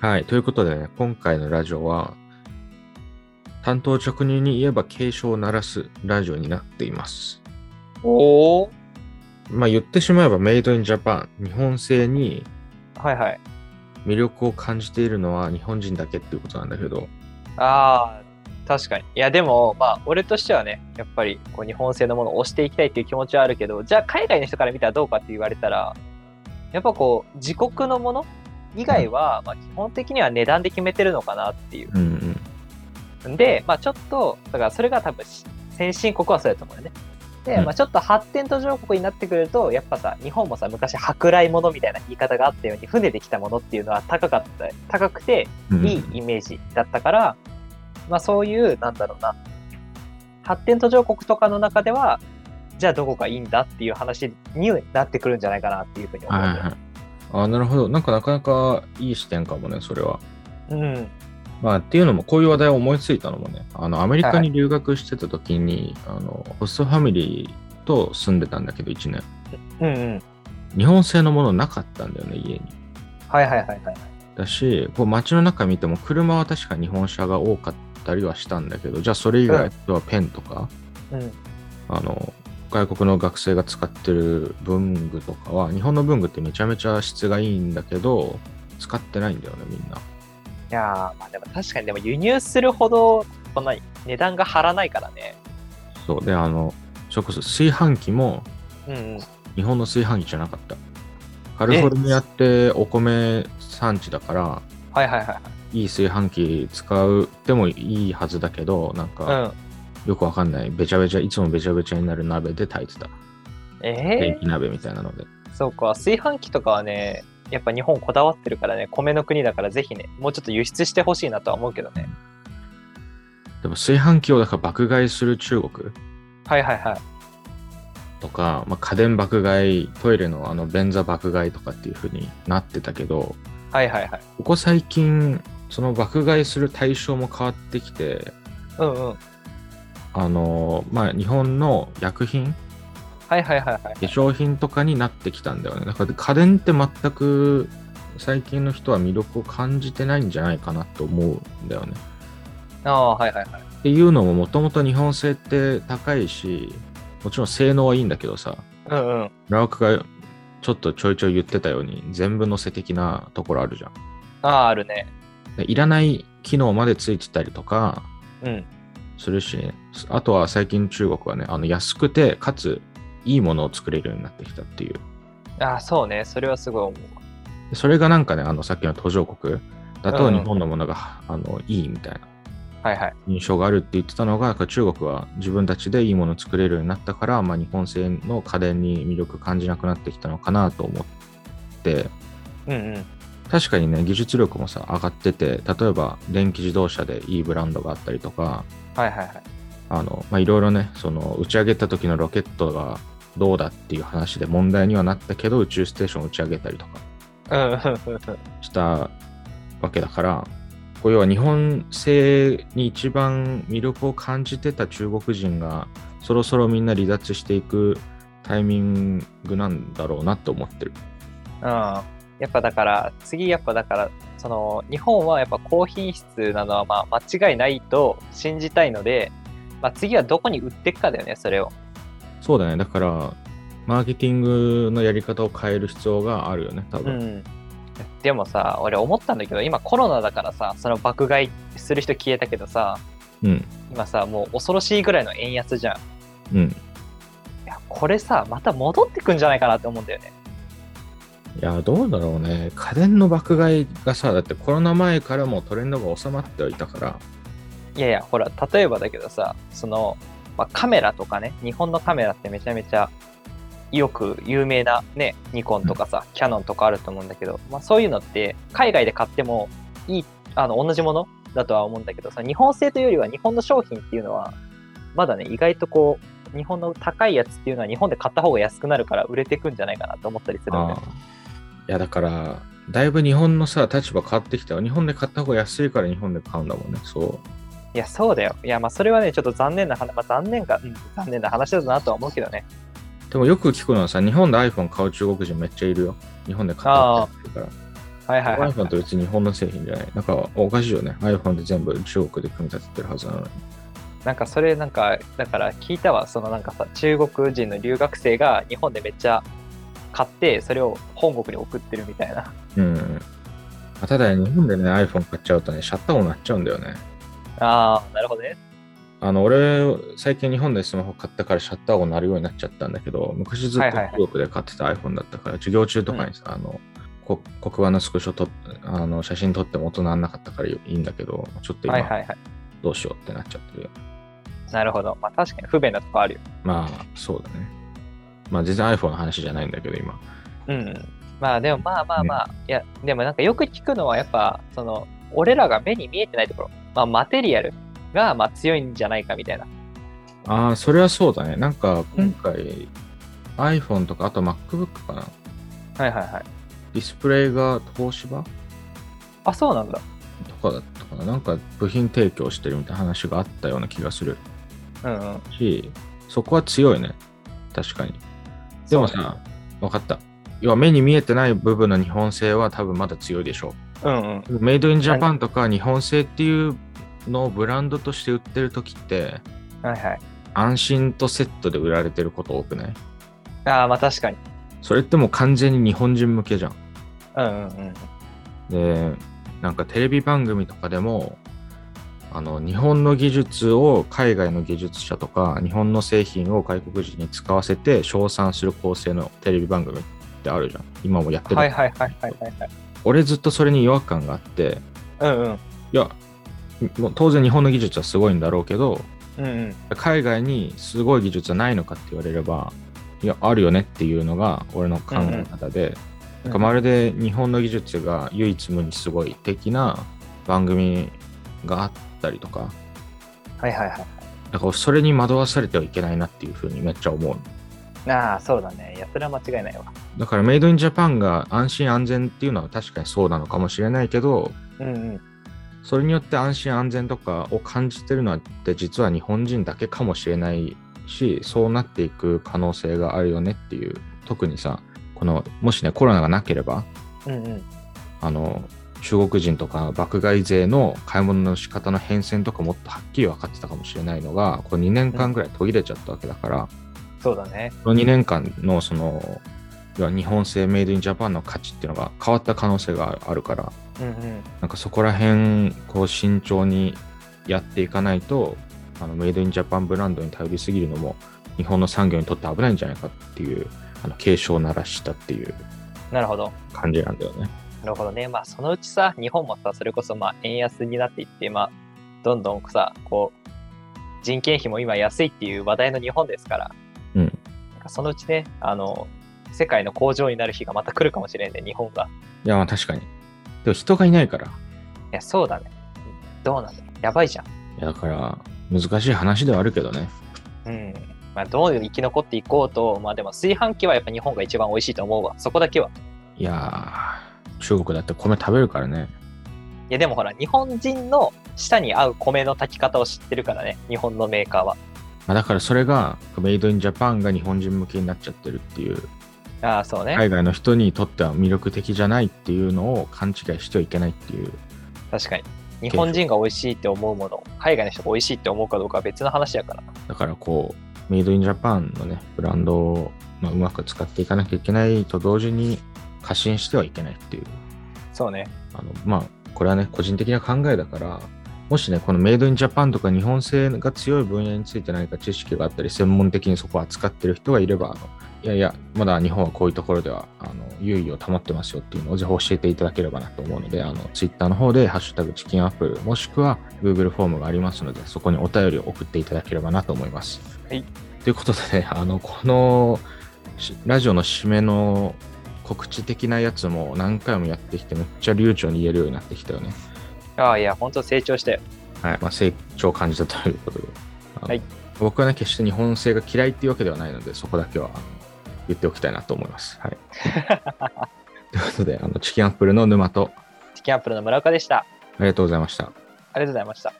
はい。ということでね、今回のラジオは、担当直入に言えば警鐘を鳴らすラジオになっています。おおまあ言ってしまえばメイドインジャパン、日本製にはいはい。魅力を感じているのは日本人だけっていうことなんだけど、ああ、確かに。いや、でも、まあ、俺としてはね、やっぱりこう日本製のものを推していきたいっていう気持ちはあるけど、じゃあ海外の人から見たらどうかって言われたら、やっぱこう、自国のもの以外は、まあ、基本的には値段で決めてるのかなっていう。うんうん。んで、まあ、ちょっと、だからそれが多分し先進国はそうやと思うよね。で、うんまあ、ちょっと発展途上国になってくると、やっぱさ、日本もさ、昔、舶来物みたいな言い方があったように、船で来たものっていうのは高かった、高くて、うんいいイメージだったから、まあ、そういう、なんだろうな、発展途上国とかの中では、じゃあどこがいいんだっていう話になってくるんじゃないかなっていうふうに思う。はいはい。ああ、なるほど。なんかなかなかいい視点かもね、それは。うん。まあ、っていうのも、こういう話題を思いついたのもね、あのアメリカに留学してた時に、あのホストファミリーと住んでたんだけど、1年。うんうん。日本製のものなかったんだよね、家に。はいはいはいはい。だし、こう街の中見ても、車は確か日本車が多かったりはしたんだけど、じゃあそれ以外、うあとはペンとか、うん。あの、外国の学生が使ってる文具とかは、日本の文具ってめちゃめちゃ質がいいんだけど、使ってないんだよね、みんな。いやーまあでも確かにでも輸入するほどこんな値段が張らないからね。そう。で、あの、それこそ炊飯器も、うんうん。日本の炊飯器じゃなかった。カリフォルニアってお米産地だから、はいはいはいいい炊飯器使うでもいいはずだけど、なんかはい。よくわかんない、べちゃべちゃ、いつもべちゃべちゃになる鍋で炊いてた。うん。え電気鍋みたいなので。ー、そうか炊飯器とかはねやっぱ日本こだわってるからね米の国だからぜひねもうちょっと輸出してほしいなとは思うけどね。でも炊飯器をだから爆買いする中国はいはいはい。とか、まあ、家電爆買い、トイレのあの便座爆買いとかっていう風になってたけど、はいはいはい。ここ最近、その爆買いする対象も変わってきて、うんうん。はいあの、まあ、日本の薬品はいはいはい。化粧品とかになってきたんだよね。だから家電って全く最近の人は魅力を感じてないんじゃないかなと思うんだよね。ああはいはいはい。っていうのももともと日本製って高いし、もちろん性能はいいんだけどさ、うんうん。ラオクがちょっとちょいちょい言ってたように全部乗せ的なところあるじゃん。あああるね。でいらない機能までついてたりとかうん。するし、あとは最近中国はね、あの安くてかついいものを作れるようになってきたっていう。ああそうねそれはすごい思う。それがなんかね、あのさっきの途上国だとうん日本のものが、あのいいみたいなはいはい。印象があるって言ってたのが、中国は自分たちでいいものを作れるようになったから、まあ、日本製の家電に魅力感じなくなってきたのかなと思って、うんうん。確かにね、技術力もさ、上がってて、例えば電気自動車でいいブランドがあったりとか、はいはいはい。あのまあいろいろね、その打ち上げた時のロケットがどうだっていう話で問題にはなったけど、宇宙ステーションを打ち上げたりとか。うんうんうんうん。したわけだから、こう要は日本製に一番魅力を感じてた中国人が、そろそろみんな離脱していくタイミングなんだろうなと思ってる。うん、やっぱだから次やっぱだからその日本はやっぱ高品質なのはまあ間違いないと信じたいので、まあ、次はどこに売っていくかだよねそれをそうだね、だから、マーケティングのやり方を変える必要があるよね、多う分。んでもさ俺思ったんだけど今コロナだからさその爆買いする人消えたけどさうん、今さもう恐ろしいぐらいの円安じゃんうん。いやこれさまた戻ってくんじゃないかなって思うんだよねいや、どうだろうね。家電の爆買いがさ、だってコロナ前からもうトレンドが収まってはいたから、いやいやほら例えばだけどさその、まあ、カメラとかね日本のカメラってめちゃめちゃよく有名なねニコンとかさ、キャノンとかあると思うんだけど、まあ、そういうのって海外で買ってもいいあの同じものだとは思うんだけどさ日本製というよりは日本の商品っていうのはまだね意外とこう日本の高いやつっていうのは日本で買った方が安くなるから売れてくんじゃないかなと思ったりするよねああいやだからだいぶ日本のさ立場変わってきたよ日本で買った方が安いから日本で買うんだもんねそいやそうだよいやまあそれはねちょっと残念な話、まあ、残念か、うん、残念な話だなとは思うけどねうでもよく聞くのはさ日本で iPhone 買う中国人めっちゃいるよ日本で買った方が安いからはいはいはい。 iPhone と別に日本の製品じゃない。なんかおかしいよね。iPhone で全部中国で組み立ててるはずなのに。なんかそれなんかだから聞いたわそのなんかさ中国人の留学生が日本でめっちゃ買ってそれを本国に送ってるみたいなうん。まあただ、日本でね、iPhone 買っちゃうとね、シャッター音鳴っちゃうんだよね。ああなるほどねあの、俺、最近日本でスマホ買ったからシャッター音鳴るようになっちゃったんだけど、昔ずっとはいはいはい中国で買ってた iPhone だったから、授業中とかにさ、あの、こ黒板のスクショとあの写真撮っても音鳴んなかったからいいんだけど、ちょっとはい今はいはいどうしようってなっちゃってるよ。なるほどまあ確かに不便なとこあるよまあ、そうだね。まあ、全然 iPhone の話じゃないんだけど、今。うんまあでもまあまあまあ、いやでもなんかよく聞くのはやっぱその俺らが目に見えてないところまあマテリアルがまあ強いんじゃないかみたいなああ、それはそうだね。なんか、今回、iPhone とか、あと MacBook かな。はいはいはいディスプレイが東芝あそうなんだとかだったかな。なんか、部品提供してるみたいな話があったような気がするうんうんし、そこは強いね。確かに。でもさ、分かった。要は目に見えてない部分の日本製は多分まだ強いでしょうんうんう。メイドインジャパンとか日本製っていうのをブランドとして売ってるときって、はいはい安心とセットで売られてること多くないああまあ確かにそれってもう完全に日本人向けじゃん。うんうんうんでなんかテレビ番組とかでもあの日本の技術を海外の技術者とか日本の製品を外国人に使わせて称賛する構成のテレビ番組ってあるじゃん今もやってる、はいはいはいはいはいはい俺ずっとそれに違和感があってうんうんいやもう当然日本の技術はすごいんだろうけどうんうん海外にすごい技術はないのかって言われればいやあるよねっていうのが俺の考え方で、なんかまるで日本の技術が唯一無二すごい的な番組があったりとか、はいはいはい。だからそれに惑わされてはいけないなっていうふうにめっちゃ思う。ああ、そうだね。いや、それは間違いないわ。だからメイドインジャパンが安心安全っていうのは確かにそうなのかもしれないけど、うんうん。それによって安心安全とかを感じてるのはって実は日本人だけかもしれないし、そうなっていく可能性があるよねっていう、特にさ、この、もしね、コロナがなければ、うんうん。あの中国人とか爆買い税の買い物の仕方の変遷とかもっとはっきり分かってたかもしれないのがこう2年間ぐらい途切れちゃったわけだから、そうだね。この2年間のその要は日本製メイドインジャパンの価値っていうのが変わった可能性があるからうんうん。なんかそこら辺こう慎重にやっていかないとあのメイドインジャパンブランドに頼りすぎるのも日本の産業にとって危ないんじゃないかっていうあの警鐘を鳴らしたっていうなるほど。感じなんだよね。なるほどね。まあ、そのうちさ、日本もさ、それこそ、まあ、円安になっていって、まあ、どんどんさ、こう、人件費も今安いっていう話題の日本ですから、うんなんかそのうちね、あの、世界の工場になる日がまた来るかもしれんね、日本が。いやまあ確かに。でも人がいないからいや、そうだね。どうなんだやばいじゃん。いやだから難しい話ではあるけどね。うん。まあ、どう生き残っていこうと、まあ、でも、炊飯器はやっぱ日本が一番美味しいと思うわ。そこだけは。いやー、中国だって米食べるからね。いやでもほら、日本人の舌に合う米の炊き方を知ってるからね、日本のメーカーは。まあ、だからそれがメイドインジャパンが日本人向けになっちゃってるっていう、ああ、そうね、海外の人にとっては魅力的じゃないっていうのを勘違いしてはいけないっていう。確かに。日本人が美味しいって思うもの、海外の人が美味しいって思うかどうかは別の話やから。だからこう、メイドインジャパンのね、ブランドを、まあ、うまく使っていかなきゃいけないと同時に過信してはいけないっていう。そうね。あのまあこれはね個人的な考えだからもしねこのメイドインジャパンとか日本製が強い分野について何か知識があったり専門的にそこを扱ってる人がいればあのいやいやまだ日本はこういうところではあの優位を保ってますよっていうのをぜひ教えていただければなと思うのであのツイッターの方で「ハッシュタグチキンアップル」もしくは Google フォームがありますのでそこにお便りを送っていただければなと思います。はいということでねあのこのしラジオの締めの告知的なやつも何回もやってきてめっちゃ流暢に言えるようになってきたよね。ああ、いや、本当成長したよ。はい。まあ、成長を感じたということで。あのはい僕はね、決して日本製が嫌いっていうわけではないので、そこだけはあの言っておきたいなと思います。 はい。ということで、あのチキンアップルの沼とチキンアップルの村岡でした。あありがとうございました。りがとうございました。